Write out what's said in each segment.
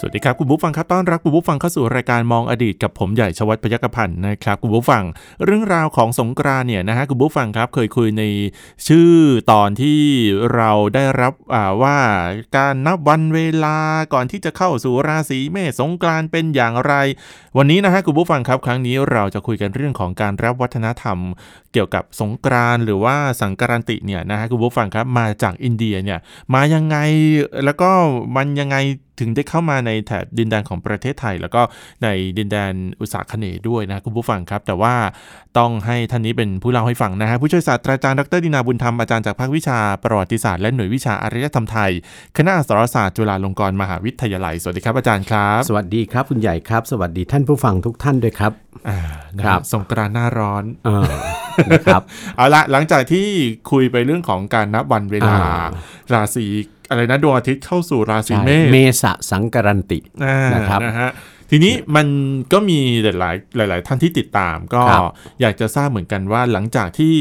สวัสดีครับคุณบุ๊ฟังครับต้อนรับคุณบุ๊ฟังเข้าสู่รายการมองอดีตกับผมใหญ่ชวัฒน์พยัคฆพันธ์นะครับคุณบุ๊ฟังเรื่องราวของสงกรานต์เนี่ยนะฮะคุณบุ๊ฟังครับเคยคุยในชื่อตอนที่เราได้รับอ่าว่าการนับวันเวลาก่อนที่จะเข้าสู่ราศีเมษสงกรานต์เป็นอย่างไร วันนี้นะฮะคุณบุ๊ฟังครับ ครั้งนี้เราจะคุยกันเรื่องของการรับวัฒนธรรม เกี่ยวกับสงกรานต์หรือว่าสังกรันติเนี่ยนะฮะคุณผู้ฟังครับมาจากอินเดียเนี่ยมายังไงแล้วก็มันยังไงถึงได้เข้ามาในแถบดินแดนของประเทศไทย แล้วก็ในดินแดนอุตสาคเนย์ด้วยนะคุณผู้ฟังครับ แต่ว่าต้องให้ท่านนี้เป็นผู้เล่าให้ฟังนะฮะผู้ช่วยศาสตราจารย์ดรดินาบุญธรรมอาจารย์จากภาควิชาประวัติศาสตร์และหน่วยวิชาอารยธรรมไทย คณะอักษรศาสตร์จุฬาลงกรณ์มหาวิทยาลัยสวัสดีครับอาจารย์ครับ สวัสดีครับคุณใหญ่ครับ สวัสดีท่านผู้ฟังทุกท่านด้วยครับ อ่านะฮะ ครับ สงกรานต์หน้าร้อน เออนะครับ เอาละหลังจากที่คุยไปเรื่องของการนับวันเวลา อ่า ราศีอะไรนะดวงอาทิตย์เข้าสู่ราศี ใช่ เมษ เมษะสังกรันติ อ่า นะครับ นะฮะทีนี้มันก็มีหลายๆหลาย ๆ ท่านที่ติดตามก็ ครับ อยากจะทราบเหมือนกันว่าหลังจากที่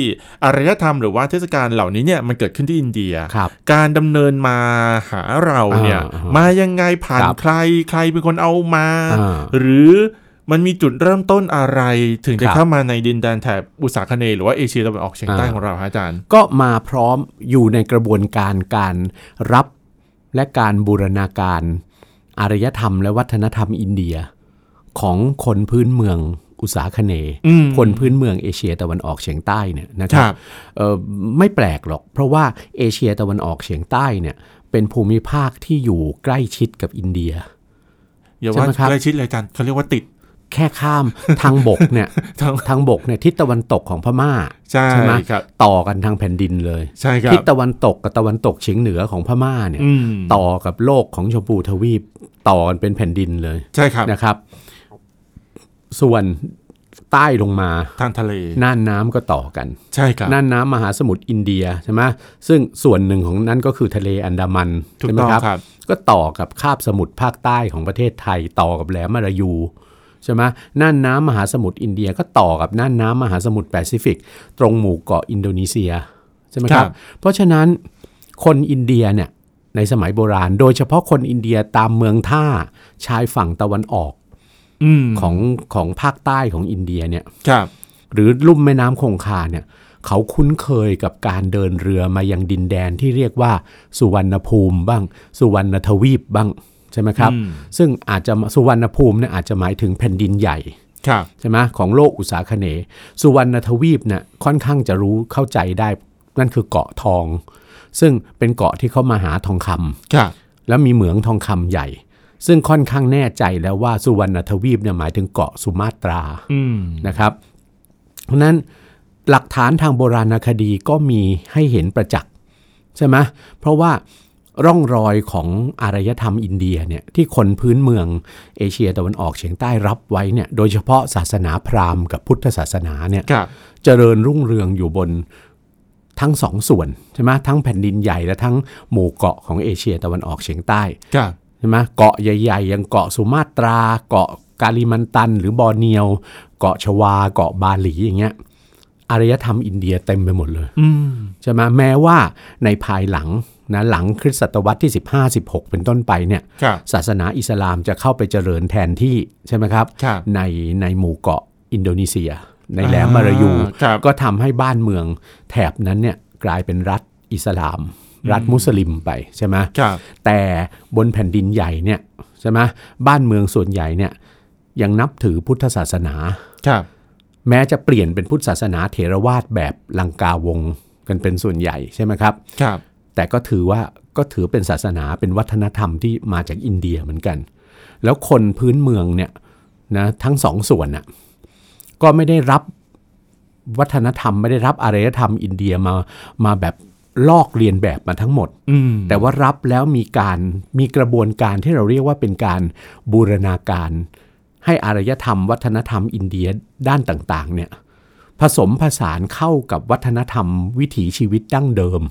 อารยธรรมหรือว่าเทศกาลเหล่านี้เนี่ยมันเกิดขึ้นที่อินเดีย ครับ การดำเนินมาหาเราเนี่ย อ่าฮะ มายังไงผ่าน ครับ ใครใครเป็นคนเอามา อ่า หรือมันมีจุดเริ่มต้นอะไรถึงจะ ครับ เข้ามาในดินแดนแถบอุตสาคเนย์หรือว่าเอเชียตะวันออกเฉียงใต้ของเราฮะอาจารย์ ก็มาพร้อมอยู่ในกระบวนการการรับและการบูรณาการ อารยธรรมและวัฒนธรรมอินเดีย ของคนพื้นเมืองอุตสาคเนย์ อืม คนพื้นเมืองเอเชียตะวันออกเฉียงใต้เนี่ยนะครั ครับ บ เอ่อไม่แปลกหรอก เพราะว่าเอเชียตะวันออกเฉียงใต้เนี่ยเป็นภูมิภาคที่อยู่ใกล้ชิดกับอินเดีย อย่าว่า ใช่ไหมครับ ใกล้ชิดเลยอาจารย์เขาเรียกว่าติด แค่ข้าม ทางบกเนี่ย ทาง ทางบกเนี่ยทิศตะวันตกของพม่า ใช่ ไหม ครับ ต่อกันทางแผ่นดินเลย ใช่ครั ทิศ บ ตะวันตกกับตะวันตกเฉียงเหนือของพม่าเนี่ย อืม ต่อกับโลกของชมพูทวีปต่อกันเป็นแผ่นดินเลย ใช่ครับ นะครับ ส่วนใต้ลงมา ทางทะเล น่านน้ำก็ต่อกัน ใช่ครับ น่านน้ำมหาสมุทรอินเดียใช่ไหมซึ่งส่วนหนึ่งของนั้นก็คือทะเลอันดามัน ถูก ใช่ไหม ต้อง ครับ ครับ ก็ต่อกับคาบสมุทรภาคใต้ของประเทศไทย ต่อกับแหลมมาลายูใช่ไหมน่านน้ำมหาสมุทรอินเดียก็ต่อกับน่านน้ำมหาสมุทรแปซิฟิก ตรงหมู่เกาะอินโดนีเซียใช่ไหมค ครั รับ บ เพราะฉะนั้นคนอินเดียเนี่ยในสมัยโบราณ โดยเฉพาะคนอินเดียตามเมืองท่าชายฝั่งตะวันออก อืม ของของภาคใต้ของอินเดียเนี่ย ครับ หรือลุ่มแม่น้ำคงคาเนี่ยเขาคุ้นเคยกับการเดินเรือมายังดินแดนที่เรียกว่าสุวรรณภูมิบ้าง สุวรรณทวีปบ้างใช่ไหมครับ อืม ซึ่งอาจจะสุวรรณภูมิเนี่ยอาจจะหมายถึงแผ่นดินใหญ่ ครับ ใช่ไหมของโลกอุตสาคเนย์สุวรรณทวีปเนี่ยค่อนข้างจะรู้เข้าใจได้นั่นคือเกาะทอง ซึ่งเป็นเกาะที่เขามาหาทองคำ ครับ แล้วมีเหมืองทองคำใหญ่ ซึ่งค่อนข้างแน่ใจแล้วว่าสุวรรณทวีปเนี่ยหมายถึงเกาะสุมาตรา อืม นะครับ เพราะฉะนั้นหลักฐานทางโบราณคดีก็มีให้เห็นประจักษ์ใช่ไหมเพราะว่าร่องรอยของอารยธรรมอินเดียเนี่ยที่คนพื้นเมืองเอเชียตะวันออกเฉียงใต้รับไว้เนี่ยโดยเฉพาะศาสนาพราหมณ์กับพุทธศาสนาเนี่ย ครับ เจริญรุ่งเรืองอยู่บนทั้งสองส่วนใช่ไหมทั้งแผ่นดินใหญ่และทั้งหมู่เกาะของเอเชียตะวันออกเฉียงใต้ ครับ ใช่ไหมเกาะใหญ่ๆอย่างเกาะสุมาตรา เกาะกาลิมันตัน หรือบอร์เนียว เกาะชวา เกาะบาหลีอย่างเงี้ยอารยธรรมอินเดียเต็มไปหมดเลย อืม ใช่ไหมแม้ว่าในภายหลังนะหลังคริสตศตวรรษที่ 15 16 เป็นต้นไปเนี่ย ครับ ศาสนาอิสลามจะเข้าไปเจริญแทนที่ใช่ไหมครับ ครับ ในในหมู่เกาะอินโดนีเซีย ในแหลมมารายู อ่าครับ ก็ทำให้บ้านเมืองแถบนั้นเนี่ยกลายเป็นรัฐอิสลาม รัฐมุสลิมไปใช่ไหม ครับ แต่บนแผ่นดินใหญ่เนี่ยใช่ไหมบ้านเมืองส่วนใหญ่เนี่ยยังนับถือพุทธศาสนา ครับ แม้จะเปลี่ยนเป็นพุทธศาสนาเถรวาทแบบลังกาวงศ์กันเป็นส่วนใหญ่ใช่ไหมครับ ครับ แต่ก็ถือว่าก็ถือเป็นศาสนาเป็นวัฒนธรรมที่มาจากอินเดียเหมือนกัน แล้วคนพื้นเมืองเนี่ยนะทั้งสองส่วนน่ะก็ไม่ได้รับวัฒนธรรมไม่ได้รับอารยธรรมอินเดียมามาแบบลอกเรียนแบบมาทั้งหมด อืม แต่ว่ารับแล้วมีการมีกระบวนการที่เราเรียกว่าเป็นการบูรณาการ ให้อารยธรรม วัฒนธรรมอินเดียด้านต่างๆเนี่ย ผสมผสานเข้ากับวัฒนธรรมวิถีชีวิตดั้งเดิม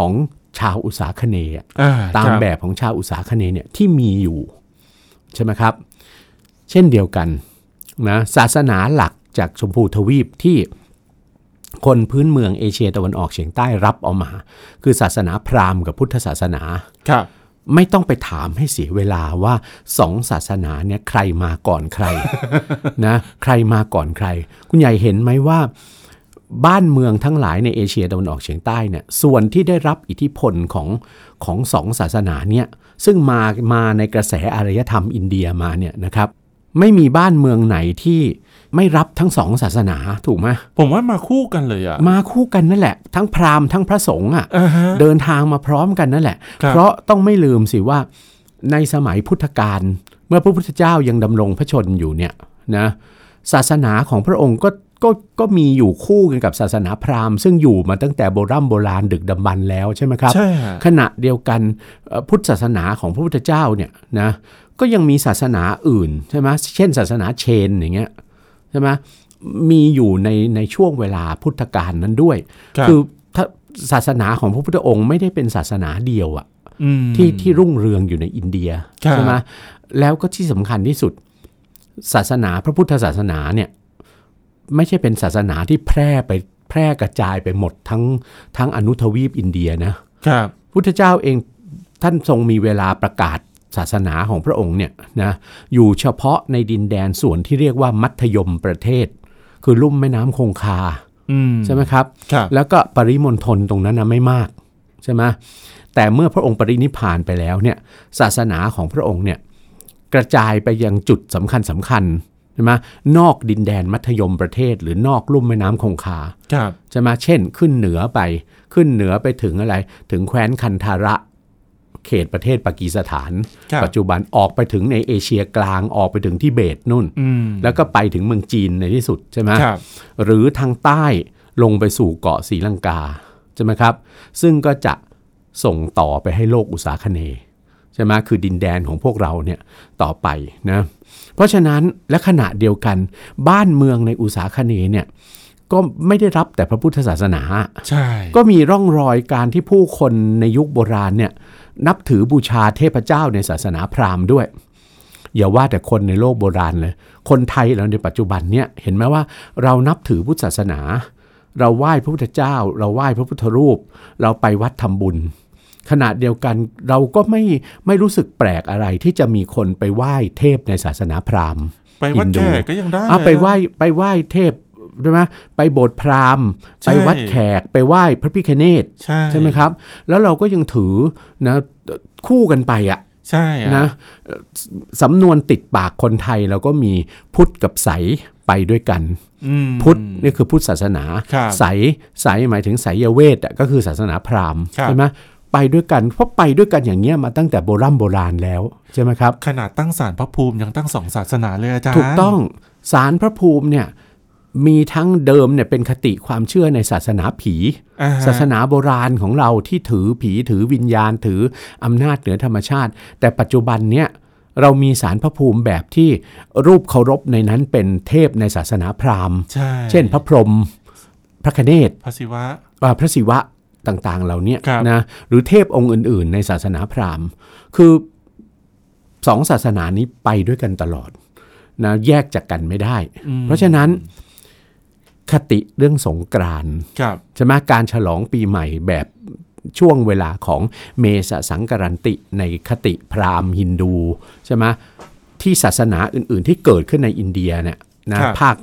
ของชาวอุตสาคเนย์อะ อ่ ตาม ครับ แบบของชาวอุตสาคเนย์เนี่ยที่มีอยู่ ใช่ไหมครับ เช่นเดียวกันนะศาสนาหลักจากชมพูทวีปที่คนพื้นเมืองเอเชียตะวันออกเฉียงใต้รับเอามา คือศาสนาพราหมณ์กับพุทธศาสนา ครับ ไม่ต้องไปถามให้เสียเวลาว่าสองศาสนาเนี่ยใครมาก่อนใคร นะใครมาก่อนใคร คุณใหญ่เห็นไหมว่า บ้านเมืองทั้งหลายในเอเชียตะวันออกเฉียงใต้เนี่ยส่วนที่ได้รับอิทธิพลของของสองศาสนาเนี่ยซึ่งมามาในกระแสอารยธรรมอินเดียมาเนี่ยนะครับ ไม่มีบ้านเมืองไหนที่ไม่รับทั้งสองศาสนาถูกไหม ผมว่ามาคู่กันเลยอ่ะ มาคู่กันนั่นแหละ ทั้งพราหมณ์ทั้งพระสงฆ์อ่ะ อ่าฮะ เดินทางมาพร้อมกันนั่นแหละ ครับ เพราะต้องไม่ลืมสิว่าในสมัยพุทธกาลเมื่อพระพุทธเจ้ายังดำรงพระชนอยู่เนี่ยนะศาสนาของพระองค์ก็ก็ก็มีอยู่คู่กันกับศาสนาพราหมณ์ ซึ่งอยู่มาตั้งแต่โบราณโบราณดึกดำบรรพ์แล้วใช่ไหมครับ ใช่ฮะ ขณะเดียวกันเอ่อพุทธศาสนาของพระพุทธเจ้าเนี่ยนะก็ยังมีศาสนาอื่นใช่ไหมเช่น ศาสนาเชนอย่างเงี้ยใช่ไหมมีอยู่ในในช่วงเวลาพุทธกาลนั้นด้วย รับ คือถ้าศาสนาของพระพุทธองค์ไม่ได้เป็นศาสนาเดียวอะ ม ที่ที่รุ่งเรืองอยู่ในอินเดีย ครับ ใช่ไหมแล้วก็ที่สำคัญที่สุด ศาสนาพระพุทธศาสนาเนี่ยไม่ใช่เป็นศาสนาที่แพร่ไปแพร่กระจายไปหมดทั้งทั้งอนุทวีปอินเดียนะครับ พุทธเจ้าเองท่านทรงมีเวลาประกาศศาสนาของพระองค์เนี่ยนะอยู่เฉพาะในดินแดนส่วนที่เรียกว่ามัธยมประเทศ คือลุ่มแม่น้ำคงคา อืม ใช่ไหมครับ ครับ แล้วก็ปริมณฑลตรงนั้นนะไม่มากใช่ไหมแต่เมื่อพระองค์ปรินิพพานไปแล้วเนี่ยศาสนาของพระองค์เนี่ยกระจายไปยังจุดสำคัญสคัญๆใช่ไหมนอกดินแดนมัธยมประเทศ หรือนอกลุ่มแม่น้ำคงคา ครับ ใช่ไหมเช่น ขึ้นเหนือไปขึ้นเหนือไปถึงอะไร ถึงแคว้นคันธาระ เขตประเทศปากีสถาน ครับ ปัจจุบันออกไปถึงในเอเชียกลางออกไปถึงทิเบตนู่น อืม แล้วก็ไปถึงเมืองจีนในที่สุดใช่ไหม ครับ หรือทางใต้ลงไปสู่เกาะศรีลังกาใช่ไหมครับ ซึ่งก็จะส่งต่อไปให้โลกอุตสาคเนย์ใช่ไหมคือดินแดนของพวกเราเนี่ยต่อไปนะเพราะฉะนั้นและขณะเดียวกัน บ้านเมืองในอุตสาคเนย์เนี่ยก็ไม่ได้รับแต่พระพุทธศาสนา ใช่ ก็มีร่องรอยการที่ผู้คนในยุคโบราณเนี่ยนับถือบูชาเทพเจ้าในศาสนาพราหมณ์ด้วย อย่าว่าแต่คนในโลกโบราณเลย คนไทยเราในปัจจุบันเนี่ยเห็นไหมว่าเรานับถือพุทธศาสนา เราไหว้พระพุทธเจ้า เราไหว้พระพุทธรูป เราไปวัดทำบุญ ขณะเดียวกันเราก็ไม่ไม่รู้สึกแปลกอะไรที่จะมีคนไปไหว้เทพในศาสนาพราหมณ์ ไปวัด อินโด แขกก็ยังได้ อ่ะ เลย ไป นะ ไหว้ไปไหว้เทพใช่ไหมไปโบสถ์พราหมณ์ ใช่ ไปวัดแขกไปไหว้พระพิคเนต ใช่ ใช่ไหมครับ แล้วเราก็ยังถือนะคู่กันไปอะ ใช่อะ นะเอ่อสสำนวนติดปากคนไทยเราก็มีพุทธกับใสไปด้วยกัน อืม พุทธนี่คือพุทธศาสนา ครับ ใสใสหมายถึงไสยเวทอะก็คือศาสนาพราหมณ์ใช่ไหมไปด้วยกันเพราะไปด้วยกันอย่างเงี้ยมาตั้งแต่โบราณโบราณแล้วใช่ไหมครับ ขนาดตั้งศาลพระภูมิยังตั้งสองศาสนาเลยอาจารย์ ถูกต้องสารพระภูมิเนี่ยมีทั้งเดิมเนี่ยเป็นคติความเชื่อในศาสนาผี อ่ฮะ ศาสนาโบราณของเราที่ถือผีถือวิญญาณถืออำนาจเหนือธรรมชาติ แต่ปัจจุบันเนี่ยเรามีสารพระภูมิแบบที่รูปเคารพในนั้นเป็นเทพในศาสนาพราหมณ์ ใช่ เช่นพระพรหมพระคเนศ พระศิวะ อ่าพระศิวะต่างๆเหล่าเนี้ย ครับ นะหรือเทพองค์อื่น ๆ ในศาสนาพราหมณ์ คือสองศาสนานี้ไปด้วยกันตลอดนะแยกจากกันไม่ได้ อืม เพราะฉะนั้นคติเรื่องสงกรานต์ ครับ ใช่ไหมการฉลองปีใหม่แบบช่วงเวลาของเมสสังกรันติในคติพราหมณ์ฮินดูใช่ไหมที่ศาสนาอื่น ๆ ที่เกิดขึ้นในอินเดียเนี่ยนะภาค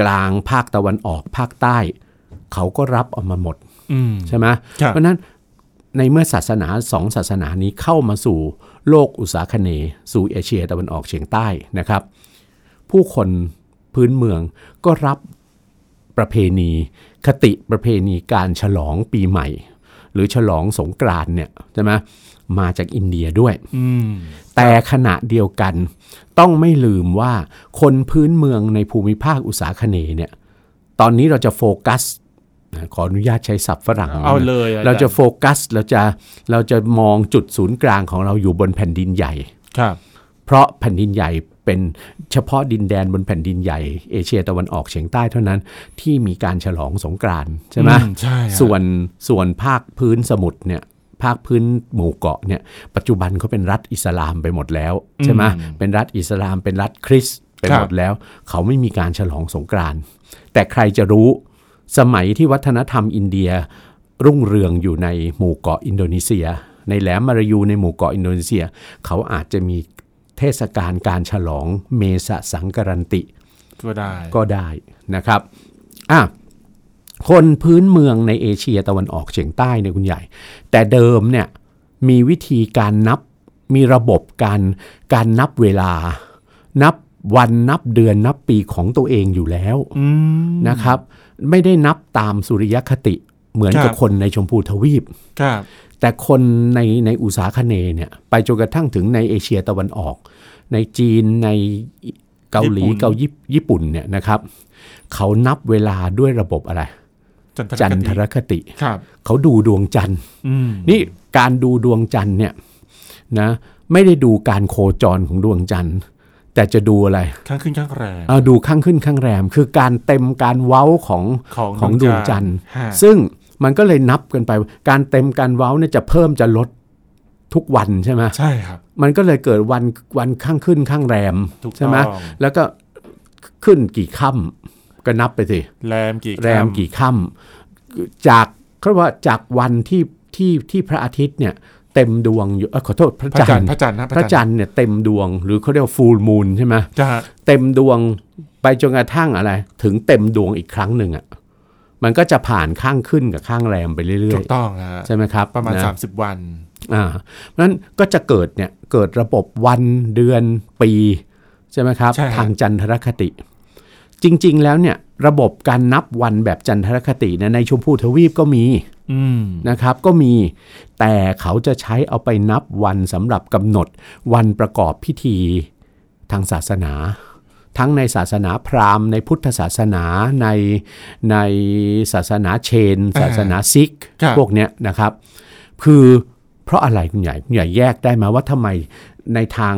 กลางภาคตะวันออกภาคใต้ เขาก็รับเออกมาหมด อืม ใช่ไหม ครับ เพราะฉะนั้นในเมื่อศาสนาสองศาสนานี้เข้ามาสู่โลกอุตสาคเนย์สู่เอเชียตะวันออกเฉียงใต้นะครับ ผู้คนพื้นเมืองก็รับประเพณี คติประเพณีการฉลองปีใหม่ หรือฉลองสงกรานต์เนี่ยใช่ไหมมาจากอินเดียด้วย อืม แต่ขณะเดียวกันต้องไม่ลืมว่าคนพื้นเมืองในภูมิภาคอุตสาคเนย์เนี่ยตอนนี้เราจะโฟกัสนะขออนุญาตใช้ศัพท์ฝรั่งนะ เอาเลยอ เราจะโฟกัสเราจะเราจะมองจุดศูนย์กลางของเราอยู่บนแผ่นดินใหญ่ ครับ เพราะแผ่นดินใหญ่ เป็นเฉพาะดินแดนบนแผ่นดินใหญ่ เอเชียตะวันออกเฉียงใต้เท่านั้นที่มีการฉลองสงกรานต์ใช่ไหม อืใช่ฮะ ส่วนส่วนภาคพื้นสมุทรเนี่ยภาคพื้นหมู่เกาะเนี่ยปัจจุบันเขาเป็นรัฐอิสลามไปหมดแล้วใช่ไหมเป็นรัฐอิสลามเป็นรัฐคริสต์ไปหมดแล้ว เขาไม่มีการฉลองสงกรานต์แต่ใครจะรู้สมัยที่วัฒนธรรมอินเดีย รุ่งเรืองอยู่ในหมู่เกาะอินโดนีเซีย ในแหลมมารายูในหมู่เกาะอินโดนีเซีย เขาอาจจะมีเทศกาลการฉลองเมสสังกรันติ ก็ได้ ก็ได้นะครับอ่ะคนพื้นเมืองในเอเชียตะวันออกเฉียงใต้เนี่ยคุณใหญ่ แต่เดิมเนี่ยมีวิธีการนับ มีระบบการการนับเวลา นับวันนับเดือนนับปีของตัวเองอยู่แล้ว อืม นะครับ ไม่ได้นับตามสุริยคติเหมือนกัคบรับ คนในชมพูทวีป ครับ แต่คนในในอุตสาคเนย์เนี่ยไปจนกระทั่งถึงในเอเชียตะวันออก ในจีนในเกาหลี ญี่ปุ่น เกาหลีญี่ปุ่นเนี่ยนะครับ เขานับเวลาด้วยระบบอะไร จันทร จัน ค ท ติ รคติ ครับ เขาดูดวงจันทร์ อืม นี่การดูดวงจันทร์เนี่ยนะไม่ได้ดูการโคจรของดวงจันทร์ แต่จะดูอะไร ข้างขึ้นข้างแรง เอ่อดูข้างขึ้นข้างแรม คือการเต็มการเว้าของ ของ ของดวงจันทร์ ฮะ ซึ่งมันก็เลยนับกันไป การเต็มการเว้าเนี่ยจะเพิ่มจะลดทุกวันใช่ไหม ใช่ครับ มันก็เลยเกิดวันวันข้างขึ้นข้างแรม ถูกต้อง ใช่ไหมแล้วก็ขึ้นกี่ค่ำก็นับไปสิ แรมกี่ แรม ค่ำ กี่ค่ำจากเขาเรียกว่าจากวันที่ที่ที่พระอาทิตย์เนี่ยเต็มดวงอยู่เอ้ยขอโทษพระ พระ จั จัน น ทร์พทร์ระจันทร์นะ พระจันทร์เนี่ยเต็มดวงหรือเขาเรียกฟูลมูลใช่ไหม จะ เต็มดวงไปจนกระทั่งอะไร ถึงเต็มดวงอีกครั้งหนึ่งอ่ะมันก็จะผ่านข้างขึ้นกับข้างแรมไปเรื่ ถู อย กต้องฮะ ๆใช่ไหมครับ ประมาณ น 30 วัน อ่าเพราะฉะนั้นก็จะเกิดเนี่ยเกิดระบบวันเดือนปีใช่ไหมครับ ใช่ครับ ทางจันทรคติ จริงๆแล้วเนี่ยระบบการนับวันแบบจันทรคติเนี่ยในชมพูทวีปก็มี อืม นะครับก็มีแต่เขาจะใช้เอาไปนับวันสำหรับกำหนดวันประกอบพิธีทางศาสนา ทั้งในศาสนาพราหมณ์ ในพุทธศาสนาในในศาสนาเชน ศาสนาซิก ครับ พวกเนี้ยนะครับ คือเพราะอะไรคุณใหญ่คุณใหญ่แยกได้ไหมว่าทำไมในทาง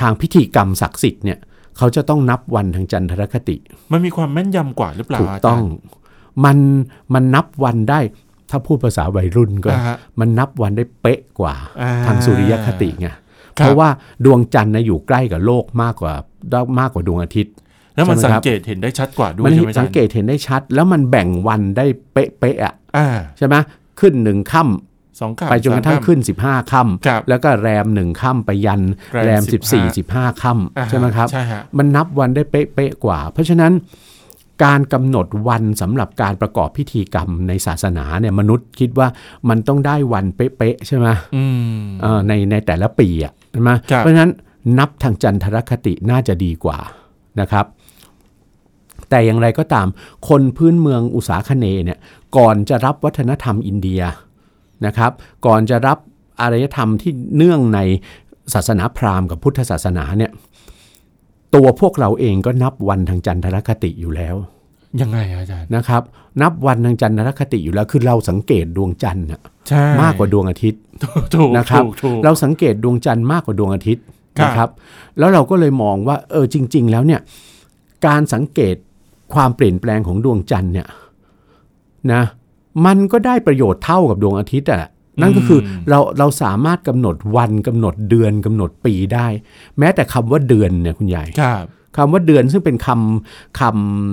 ทางพิธีกรรมศักดิ์สิทธิ์เนี่ยเขาจะต้องนับวันทางจันทรคติ มันมีความแม่นยำกว่าหรือเปล่า ถูกต้อง มันมันนับวันได้ถ้าพูดภาษาวัยรุ่นก็ อาจารย์อ่าฮะ มันนับวันได้เป๊ะกว่า อ่า ทางสุริยคติไง ครับ เพราะว่าดวงจันทร์นะอยู่ใกล้กับโลกมากกว่ามากกว่าดวงอาทิตย์ แล้วมัน ใช่ สั ไหมค ง รับ เกตเห็นได้ชัดกว่าด้วย มัน ใช่ไหมอาจารย์ สังเกตเห็นได้ชัด แล้วมันแบ่งวันได้เป๊ะๆอ่ะ อ่า ใช่ไหมขึ้นหนึ่งค่ำ สองคำ ไปจนกระทั่ง สามคำ ขึ้น 15ค่ ครับ ำแล้วก็แรมหนึ่งค่ำไปยัน แร แร ม ม 15 14 15ค่ อ่า ำ ฮะ ใช่ไหมครับ ใช่ฮะ มันนับวันได้เป๊ะๆกว่า เพราะฉะนั้นการกำหนดวันสำหรับการประกอบพิธีกรรมในศาสนาเนี่ยมนุษย์คิดว่ามันต้องได้วันเป๊ะๆใช่ไหม อืม เอ่อในในแต่ละปีอ่ะใช่ไหม ครับ เพราะฉะนั้นนับทางจันทรคติน่าจะดีกว่านะครับ แต่อย่างไรก็ตามคนพื้นเมืองอุษาคเนย์เนี่ยก่อนจะรับวัฒนธรรมอินเดียนะครับ ก่อนจะรับอารยธรรมที่เนื่องในศาสนาพราหมณ์กับพุทธศาสนาเนี่ยตัวพวกเราเองก็นับวันทางจันทรคติอยู่แล้ว ยังไงอะอาจารย์ นะครับ นับวันทางจันทรคติอยู่แล้วคือเราสังเกตดวงจันทร์น่ะ ใช่ มากกว่าดวงอาทิตย์ ถูกถูก นะครับ ถูกถูก เราสังเกตดวงจันทร์มากกว่าดวงอาทิตย์ ครับ นะครับ แล้วเราก็เลยมองว่าเออจริง ๆ แล้วเนี่ยการสังเกตความเปลี่ยนแปลงของดวงจันทร์เนี่ยนะมันก็ได้ประโยชน์เท่ากับดวงอาทิตย์อะแหละนั่นก็คือเราเราสามารถกำหนดวันกำหนดเดือนกำหนดปีได้ แม้แต่คำว่าเดือนเนี่ยคุณใหญ่ ครับ คำว่าเดือนซึ่งเป็นคำค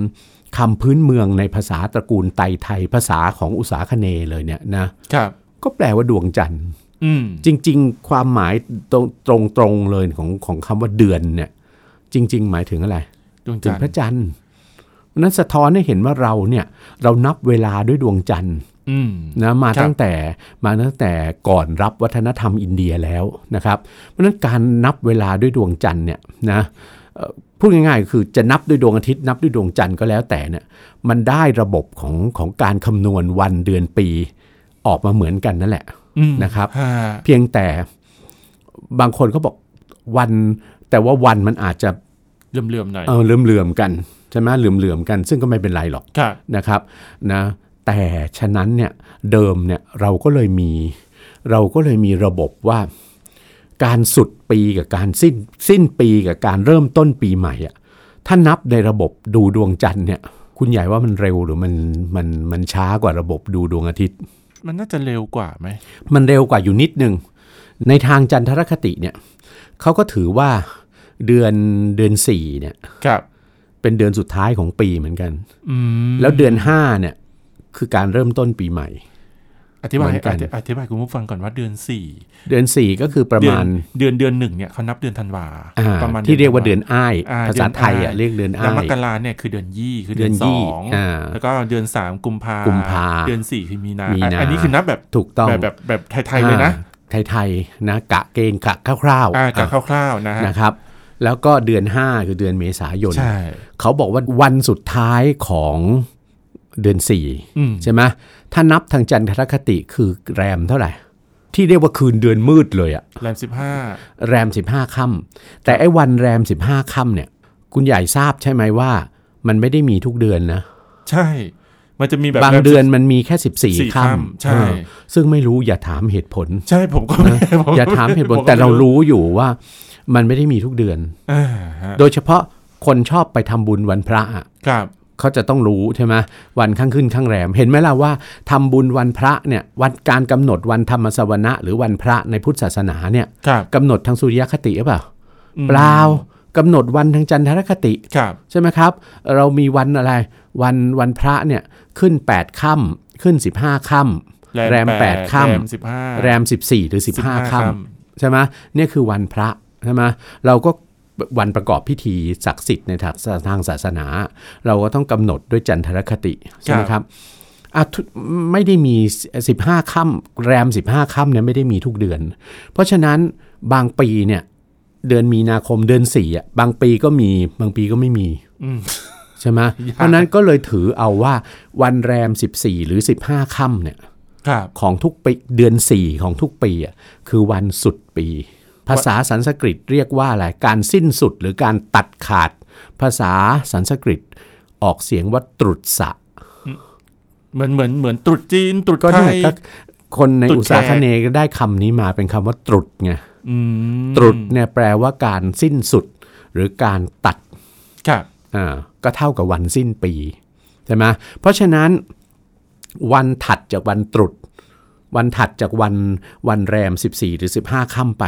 ำคำพื้นเมืองในภาษาตระกูลไตไทย ภาษาของอุษาคเนย์เลยเนี่ยนะครับ ก็แปลว่าดวงจันทร์ อืม จริงๆ ความหมายตรงตรงตรงเลยของของคำว่าเดือนเนี่ยจริง ๆ หมายถึงอะไร ดวง ถึ จั ง นท พระ ร์ จันทร์เพราะฉะนั้นสะท้อนให้เห็นว่าเราเนี่ยเรานับเวลาด้วยดวงจันทร์ อืม นะมา ครับ ตั้งแต่มาตั้งแต่ก่อนรับวัฒนธรรมอินเดียแล้วนะครับ เพราะฉะนั้นการนับเวลาด้วยดวงจันทร์เนี่ยนะเอ่อพูดง่ายๆก็คือจะนับด้วยดวงอาทิตย์นับด้วยดวงจันทร์ก็แล้วแต่เนี่ยมันได้ระบบของของการคำนวณวันเดือนปีออกมาเหมือนกันนั่นแหละ อืม นะครับ ฮะ เพียงแต่บางคนเขาบอกวันแต่ว่าวันมันอาจจะ เหลื่อมๆหน่อย เออเหลื่อมๆกันใช่ไหมเหลื่อมๆกัน ซึ่งก็ไม่เป็นไรหรอก ครับ นะครับนะแต่ฉะนั้นเนี่ยเดิมเนี่ยเราก็เลยมีเราก็เลยมีระบบว่า การสุดปีกับการสิ้นสิ้นปีกับการเริ่มต้นปีใหม่อะถ้านับในระบบดูดวงจันทร์เนี่ย คุณใหญ่ว่ามันเร็วหรือมันมันมันช้ากว่าระบบดูดวงอาทิตย์ มันน่าจะเร็วกว่าไหม มันเร็วกว่าอยู่นิดนึง ในทางจันทรคติเนี่ยเขาก็ถือว่าเดือนเดือนสี่เนี่ย ครับ เป็นเดือนสุดท้ายของปีเหมือนกัน อืม แล้วเดือนห้าเนี่ยคือการเริ่มต้นปีใหม่ อธิบาย เหมือนกัน อธิอธิบายคุณผู้ฟังก่อนว่าเดือนสี่ เดือนสี่ก็คือประ เดือ มาน ณ เดือนเดือนหนึ่งเนี่ยเขานับเดือนธันวา อ่า ประมาณ ที่เรียกว่าเดือน ธั อ้าย อ่า ภาษาไทยอ่ะ เดือนอ้าย เรียกเดือน นวาแล้ว อ้าม ย กราเนี่ยคือเดือนยี่คือเดือน เดือน ส ยี่ อง อ่า แล้วก็เดือนสามกุมภา กุมภา เดือนสี่คือมีนา มีนา อันนี้คือนับแบบ ถูกต้อง แบบแบบแบบไทยๆเลยนะ อ่าไทยๆนะกะเกณฑ์กะคร่าว อ่า ๆ จาก อ่ะ คร่าวๆนะฮะ นะครับ แล้วก็เดือนห้าคือเดือนเมษายน ใช่ เขาบอกว่าวันสุดท้ายของเดือนสี่ อืม ใช่ไหมถ้านับทางจันทรคติคือแรมเท่าไหร่ ที่เรียกว่าคืนเดือนมืดเลยอะ แรมสิบห้า แรม 15ค่ำแต่ไอ้วันแรม 15ค่ำเนี่ย คุณใหญ่ทราบใช่ไหมว่า มันไม่ได้มีทุกเดือนนะ ใช่ มันจะมีแบบ บาง แบบ เดือนมันมีแค่ สี่ 14 ค่ำ ค่ำ ใช่ เออซึ่งไม่รู้อย่าถามเห ตุผล ใช่ผมก็ไม่ผ อย่าถามเหตุผล ก็ไ แต่เรารู้อยู่ว่ามันไม่ได้มีทุกเดือน อ่าฮะ โดยเฉพาะคนชอบไปทำบุญวันพระอะ ครับ เขาจะต้องรู้ใช่ไหมวันข้างขึ้นข้างแรม เห็นไหมล่ะว่าทำบุญวันพระเนี่ยวันการกำหนดวันธรรมสวนะหรือวันพระในพุทธศาสนาเนี่ย ครับ กำหนดทางสุริยคติหรือเปล่า อืม เปล่ากำหนดวันทางจันทรคติ ครับ ใช่ไหมครับ เรามีวันอะไร วันวันพระเนี่ยขึ้น 8ค่ำขึ้น 15ค่ำ แรมแปดค่ำ แรมสิบห้า แรม 14 หรือ 15ค่ำ ใช่ไหมเนี่ยคือวันพระใช่ไหมเราก็วันประกอบพิธีศักดิ์สิทธิ์ในทางทางศาสนา เราก็ต้องกำหนดด้วยจันทรคติใช่ไหมครับอ่ะทุไม่ได้มี 15ค่ำแรม 15ค่ำเนี่ยไม่ได้มีทุกเดือน เพราะฉะนั้นบางปีเนี่ยเดือนมีนาคมเดือนสี่อ่ะบางปีก็มีบางปีก็ไม่มี อืม ใช่ไหม ยาก เพราะฉะนั้นก็เลยถือเอาว่าวันแรม 14 หรือ 15ค่ำเนี่ย ครับ ของทุกปีเดือน 4 ของทุกปีอ่ะคือวันสุดปี ภาษาสันสกฤตเรียกว่าอะไรการสิ้นสุดหรือการตัดขาด ภาษาสันสกฤตออกเสียงว่าตรุษสะ เหมือนเหมือนเหมือนตรุษจีนตรุษ ก็ ไท ได้ ย ก็คนใน ตรุษ อุตสา แข ค ก เนย์ก็ได้คำนี้มาเป็นคำว่าตรุษไง อืม ตรุษเนี่ยแปลว่าการสิ้นสุด หรือการตัด ครับ อ่าก็เท่ากับวันสิ้นปีใช่ไหมเพราะฉะนั้นวันถัดจากวันตรุษ วันถัดจากวันวันแรม 14 หรือ 15ค่ำไป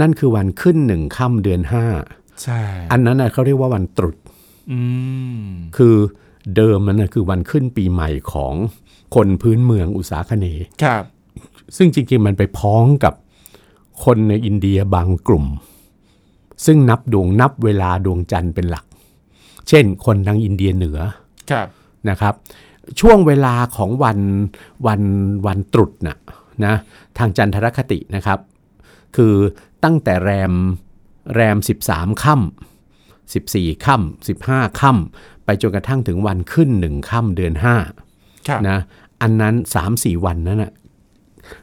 นั่นคือวันขึ้นหนึ่งค่ำเดือน 5 ใช่ อันนั้นนะเขาเรียกว่าวันตรุษ อืม คือเดิมมันนะคือวันขึ้นปีใหม่ของคนพื้นเมืองอุตสาคเนย์ ครับ ซึ่งจริงๆมันไปพ้องกับคนในอินเดียบางกลุ่ม ซึ่งนับดวงนับเวลาดวงจันทร์เป็นหลัก เช่น คนทางอินเดียเหนือ ครับ นะครับช่วงเวลาของวันวันวันตรุษนะนะทางจันทรคตินะครับ คือตั้งแต่แรมแรม 13ค่ำ14ค่ำ15ค่ำไปจนกระทั่งถึงวันขึ้น 1ค่ำเดือน ครับ 5นะอันนั้น 3-4 วันนั้นนะ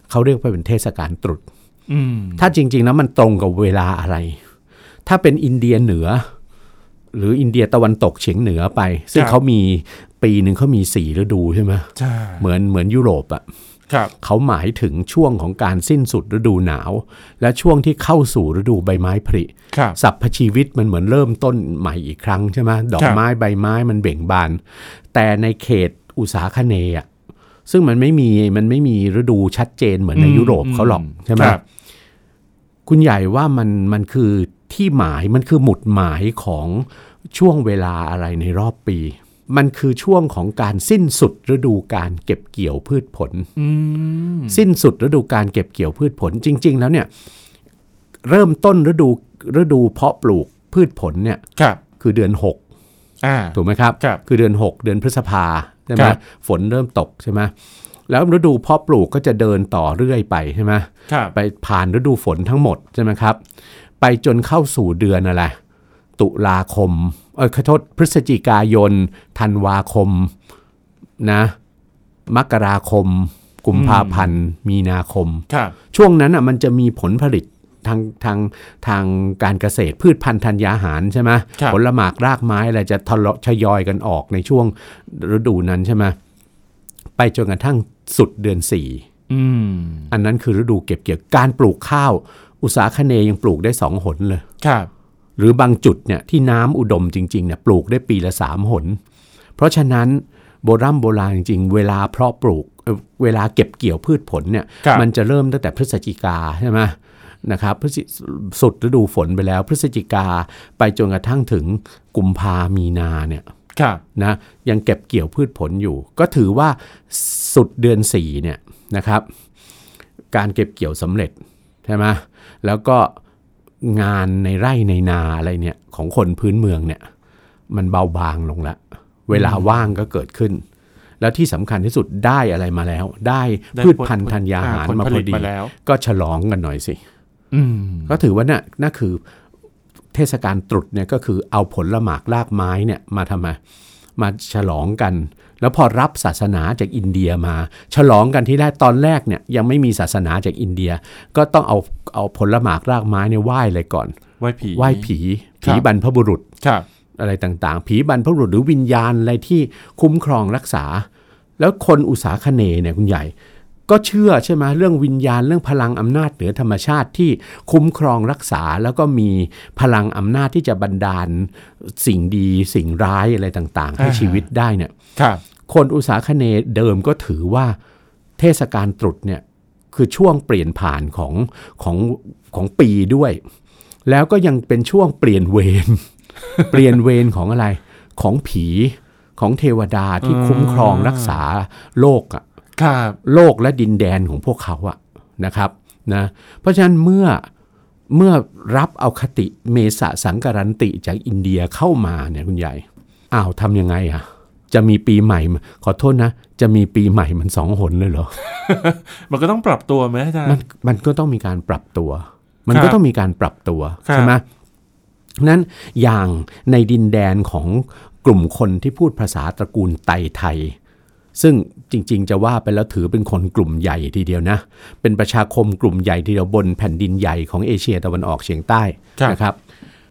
เขาเรียกว่าเป็นเทศกาลตรุษ อืม ถ้าจริง ๆ แล้วมันตรงกับเวลาอะไร ถ้าเป็นอินเดียเหนือ หรืออินเดียตะวันตกเฉียงเหนือไป ซึ่งเขามีปีหนึ่งเขามีสี่ฤดูใช่ไหม ใช่ เหมือนเหมือนยุโรปอะ่ะ ครับ เขาหมายถึงช่วงของการสิ้นสุดฤดูหนาว และช่วงที่เข้าสู่ฤดูใบไม้ผลิ ครับ สัพพชีวิตมันเหมือนเริ่มต้นใหม่อีกครั้งใช่ไหมดอกไม้ใบไม้มันเบ่งบาน แต่ในเขตอุตสาคเนย์อะซึ่งมันไม่มีมันไม่มีฤดูชัดเจนเหมือนในยุโรปเขาหรอกใช่ไหม ครับ คุณใหญ่ว่ามันมันคือที่หมายมันคือหมุดหมายของช่วงเวลาอะไรในรอบปี มันคือช่วงของการสิ้นสุดฤดูการเก็บเกี่ยวพืชผล อืม สิ้นสุดฤดูการเก็บเกี่ยวพืชผลจริง ๆ แล้วเนี่ยเริ่มต้นฤดูฤดูเพาะปลูกพืชผลเนี่ย ครับ คือเดือน 6 อ่า ถูกไหมครับ ครับ คือเดือน 6 เดือนพฤษภาใช่ไหม ครับ ฝนเริ่มตกใช่ไหมแล้วฤดูเพาะปลูกก็จะเดินต่อเรื่อยไปใช่ไหม ครับ ไปผ่านฤดูฝนทั้งหมดใช่ไหมครับ ไปจนเข้าสู่เดือนอะไรตุลาคมเออขอโทษพฤศจิกายนธันวาคมนะมกราคม กุมภาพันธ์ มีนาคม ครับ ช่วงนั้นอ่ะมันจะมีผลผลิตทางทางทางการเกษตรพืชพันธุ์ธัญญาหารใช่ไหมผลหมากรากไม้อะไรจะทะเลาะทยอยกันออกในช่วงฤดูนั้นใช่ไหมไปจนกระทั่งสุดเดือนสี่ อืม อันนั้นคือฤดูเก็บเกี่ยวการปลูกข้าว อุตสาคเนยยังปลูกได้สองหนเลย ครับ หรือบางจุดเนี่ยที่น้ำอุดมจริงๆเนี่ยปลูกได้ปีละสามหน เพราะฉะนั้นโบราณโบราณจริงๆ เวลาเพาะปลูกเอ่อเวลาเก็บเกี่ยวพืชผลเนี่ย ครับ มันจะเริ่มตั้งแต่พฤศจิกาใช่ไหมนะครับพฤศจิสุดฤดูฝนไปแล้ว พฤศจิกาไปจนกระทั่งถึงกุมภามีนาเนี่ย ครับ นะยังเก็บเกี่ยวพืชผลอยู่ ก็ถือว่าสุดเดือนสี่เนี่ยนะครับ การเก็บเกี่ยวสำเร็จใช่ไหมแล้วก็งานในไร่ในนาอะไรเนี่ยของคนพื้นเมืองเนี่ยมันเบาบางลงละเวลาว่างก็เกิดขึ้น แล้วที่สำคัญที่สุดได้อะไรมาแล้ว ได้ ได้ พืชพันธุ์ธัญญาหาร ผล มา ผ พ ลิ อ ต ดี มาแล้ว ก็ฉลองกันหน่อยสิ อืม ก็ถือว่าน่ะน่าคือเทศกาลตรุษเนี่ยก็คือเอาผลละหมากลากไม้เนี่ยมาทำไมมาฉลองกัน แล้วพอรับศาสนาจากอินเดียมา ฉลองกันที่แรกตอนแรกเนี่ยยังไม่มีศาสนาจากอินเดีย ก็ต้องเอาเอาผลละหมากรากไม้เนี่ยไหว้เลยก่อน ไหว้ผี ไหว้ผี ครั ผี บ บรรพบุรุษ ครับ อะไรต่างๆ ผีบรรพบุรุษหรือวิญญาณอะไรที่คุ้มครองรักษา แล้วคนอุตสาคเนย์เนี่ยคุณใหญ่ ก็เชื่อใช่ไหมเรื่องวิญญาณเรื่องพลังอำนาจเหนือธรรมชาติที่คุ้มครองรักษา แล้วก็มีพลังอำนาจที่จะบันดาลสิ่งดีสิ่งร้ายอะไรต่างๆ ให้ อ่าฮะ ชีวิตได้เนี่ย ครับ คนอุตสาคเนย์เดิมก็ถือว่าเทศกาลตรุษเนี่ยคือช่วงเปลี่ยนผ่านของของของปีด้วย แล้วก็ยังเป็นช่วงเปลี่ยนเวร เปลี่ยนเวรของอะไรของผีของเทวดาที่ อืม คุ้มครองรักษาโลกอะ ครับ โลกและดินแดนของพวกเขาอะนะครับนะเพราะฉะนั้นเมื่อเมื่อรับเอาคติเมษะสังกรันติจากอินเดียเข้ามาเนี่ยคุณใหญ่อ้าวทำยังไงอะจะมีปีใหม่มาขอโทษนะ จะมีปีใหม่มันสองหนเลยเหรอ มันก็ต้องปรับตัวไหมอาจาร มัน ย์ มันก็ต้องมีการปรับตัว มันคก็รับ ต้องมีการปรับตัว ครับ ใช่ไหมนั้นอย่างในดินแดนของกลุ่มคนที่พูดภาษาตระกูลไตไทย ซึ่งจริงๆ จะว่าไปแล้วถือเป็นคนกลุ่มใหญ่ทีเดียวนะ เป็นประชาคมกลุ่มใหญ่ทีเดียวบนแผ่นดินใหญ่ของเอเชียตะวันออกเฉียงใต้นะครับ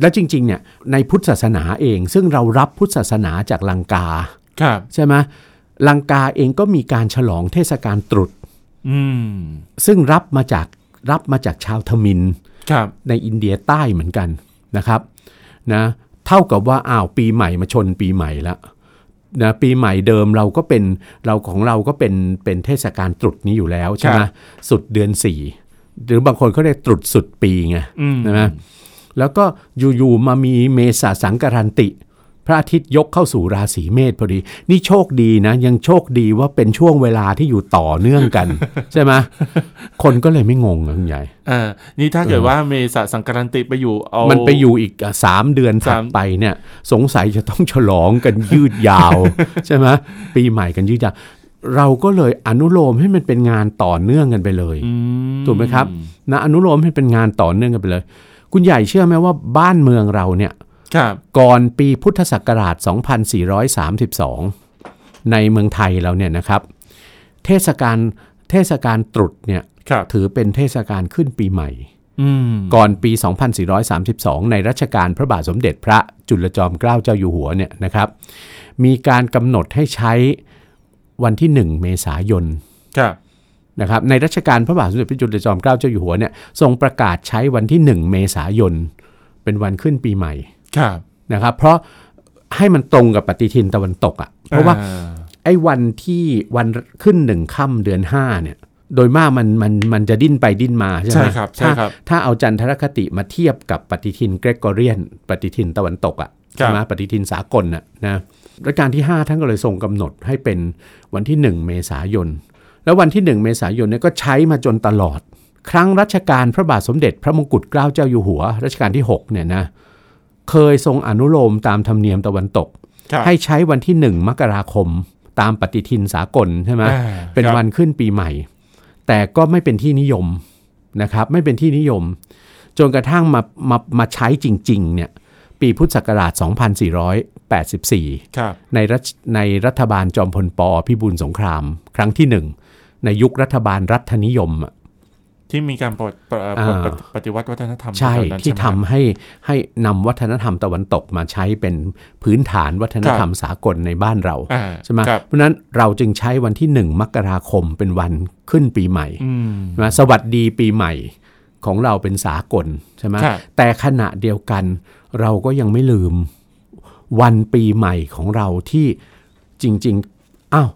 แล้วจริงๆ เนี่ยในพุทธศาสนาเอง ซึ่งเรารับพุทธศาสนาจากลังกา ครับ ใช่ไหมลังกาเองก็มีการฉลองเทศกาลตรุษ อืม ซึ่งรับมาจากรับมาจากชาวทมิน ครับ ในอินเดียใต้เหมือนกันนะครับนะเท่ากับว่าอ้าวปีใหม่มาชนปีใหม่ละนะปีใหม่เดิมเราก็เป็นเราของเราก็เป็นเป็นเทศกาลตรุษนี้อยู่แล้วใช่ไหมสุดเดือนสี่หรือบางคนเขาเรียกตรุษสุดปีไง อืม นะแล้วก็อยู่ๆมามีเมษาสังกรันติ พระอาทิตย์ยกเข้าสู่ราศีเมษพอดี นี่โชคดีนะ ยังโชคดีว่าเป็นช่วงเวลาที่อยู่ต่อเนื่อง กัน ใช่ไหมคนก็เลยไม่งงอะคุณใหญ่ อ่านี่ถ้าเกิดว่าเมษาสังกรันติไปอยู่เอา มั มั นไปอยู่อีกอ่ะสามเดือนถั สา ด ม ไปเนี่ยสงสัยจะต้องฉลองกันยืดยาว ใช่ไหมปีใหม่กันยืดยาวเราก็เลยอนุโลมให้มันเป็นงานต่อเนื่องกันไปเลย ถูกไหมครับนะอนุโลมให้เป็นงานต่อเนื่องกันไปเลย คุณใหญ่เชื่อไหมว่าบ้านเมืองเราเนี่ย ครับ ก่อนปีพุทธศักราช 2432 ในเมืองไทยเราเนี่ยนะครับ เทศกาลเทศกาลตรุษเนี่ย ครับ ถือเป็นเทศกาลขึ้นปีใหม่ อืม ก่อนปี 2432 ในรัชกาลพระบาทสมเด็จพระจุลจอมเกล้าเจ้าอยู่หัวเนี่ยนะครับ มีการกำหนดให้ใช้วันที่ 1 เมษายน ครับ นะครับ ในรัชกาลพระบาทสมเด็จพระจุลจอมเกล้าเจ้าอยู่หัวเนี่ยทรงประกาศใช้วันที่ 1 เมษายน เป็นวันขึ้นปีใหม่ ครับ นะครับ เพราะให้มันตรงกับปฏิทินตะวันตกอะ่ะ เพราะว่า อ่ ไอ้วันที่วันขึ้นหนึ่งค่ำเดือนห้าเนี่ย โดยมากมันมันมันจะดิ้นไปดิ้นมาใช่ไหม ใช่ครับ ใช่ ถ้า ครับ ถ้าเอาจันทรคติมาเทียบกับปฏิทินเกรกอเรียน ปฏิทินตะวันตกอะ่ะใช่ไหม ครับ ปฏิทินสากลน่ะนะรัชกาลที่ 5 ท่านก็เลยทรงกำหนดให้เป็นวันที่ 1 เมษายน แล้ววันที่ 1 เมษายนเนี่ยก็ใช้มาจนตลอด ครั้งรัชกาลพระบาทสมเด็จพระมงกุฎเกล้าเจ้าอยู่หัว รัชกาลที่หกเนี่ยนะเคยทรงอนุโลมตามธรรมเนียมตะวันตก ครับ ให้ใช้วันที่ 1 มกราคมตามปฏิทินสากลใช่ไหม อ่า เป็น ครับ วันขึ้นปีใหม่ แต่ก็ไม่เป็นที่นิยมนะครับ ไม่เป็นที่นิยม จนกระทั่งมามามาใช้จริงๆเนี่ยปีพุทธศักราช 2484 ครับ ในรัชในรัฐบาลจอมพลปพิบูลสงคราม ครั้งที่หนึ่งในยุครัฐบาลรัฐนิยมอะ ที่มีการปลดปลด อ่า ปลดปฏิปฏิวัติวัฒนธรรม ใช่ ตอนนั้น ที่ ไหม ทำให้ให้นำวัฒนธรรมตะวันตกมาใช้เป็นพื้นฐานวัฒนธรรมสากลในบ้านเรา อ่า ใช่ไหม ครับ เพราะฉะนั้นเราจึงใช้วันที่ 1 มกราคมเป็นวันขึ้นปีใหม่ อืม นะสวัสดีปีใหม่ ของเราเป็นสากลใช่ไหม ครับ แต่ขณะเดียวกันเราก็ยังไม่ลืมวันปีใหม่ของเราที่จริงๆอ้าว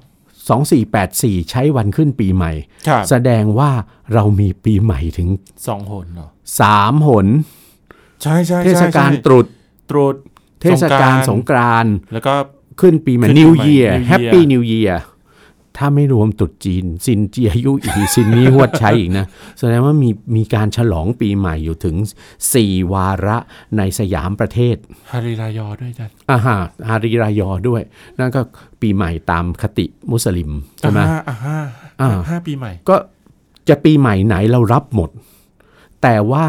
2484 ใช้วันขึ้นปีใหม่ ครับ แสดงว่าเรามีปีใหม่ถึง สองหนเหรอ 3 หน ใช่ใช่ เทศกาลตรุษ ตรุษ เทศกาลสงกรานต์ แล้วก็ ขึ้นปีใหม่ ขึ้นปี New ใหม่ Year New Year Happy New Year ถ้าไม่รวมตรุษจีน ซินเจียยู่อี ซินนี้หวดใช้อีกนะ แสดงว่ามีมีการฉลองปีใหม่อยู่ถึง 4 วาระในสยามประเทศ ฮาริรายอด้วยอาจัน อาฮาฮารีรายอด้วย นั่นก็ปีใหม่ตามคติมุสลิม ใช่ไหม อ่าห้า อ่า ห้าปีใหม่ ก็จะปีใหม่ไหนเรารับหมด แต่ว่า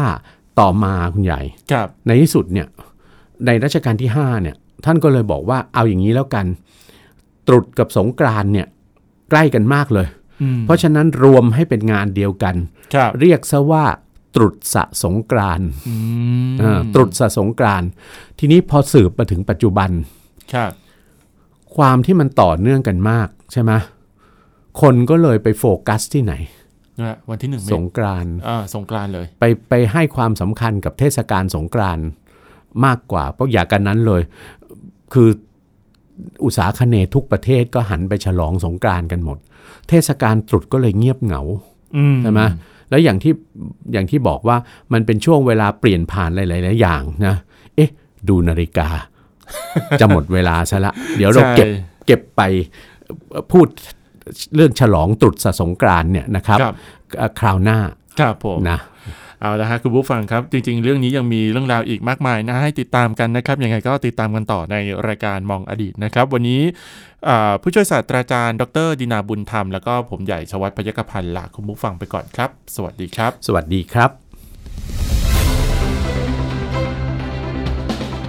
ต่อมาคุณใหญ่ ครับ ในที่สุดเนี่ยในรัชกาลที่5เนี่ยท่านก็เลยบอกว่าเอาอย่างนี้แล้วกัน ตรุษกับสงกรานต์เนี่ยใกล้กันมากเลย อืม เพราะฉะนั้นรวมให้เป็นงานเดียวกัน ครับ เรียกซะว่าตรุษสะสงกรานต์ อืม อ่าตรุษสะสงกรานต์ทีนี้พอสืบมาถึงปัจจุบัน ครับ ความที่มันต่อเนื่องกันมากใช่ไหมคนก็เลยไปโฟกัสที่ไหน นะวันที่หนึ่งเม ส ษาง กรานต์ อ่าสงกรานต์เลย ไปไปให้ความสำคัญกับเทศกาลสงกรานต์มากกว่า เพราะอยากันนั้นเลย คืออุตสาคเนทุกประเทศก็หันไปฉลองสงกรานต์กันหมด เทศกาลตรุษก็เลยเงียบเหงา อืม ใช่ไหมแล้วอย่างที่อย่างที่บอกว่ามันเป็นช่วงเวลาเปลี่ยนผ่านหลายๆอย่างนะเอ๊ะ ดูนาฬิกา จะหมดเวลาซะ ละเดี๋ยวเราเก็บ ใช่ เก็บไปเอ่อพูดเรื่องฉลองตรุษสะสงกรานต์เนี่ยนะครับ ครับ เอ่อคราวหน้า ครับผม นะ เอาละฮะคุณผู้ฟังครับ จริง ๆ เรื่องนี้ยังมีเรื่องราวอีกมากมายนะให้ติดตามกันนะครับยังไงก็ติดตามกันต่อในรายการมองอดีตนะครับ วันนี้อ่าผู้ช่วยศาสตราจารย์ ดรดินาบุญธรรม แล้วก็ผมใหญ่ชวัฒน์พยกพันธ์ลาคุณผู้ฟังไปก่อนครับ สวัสดีครับ สวัสดีครับ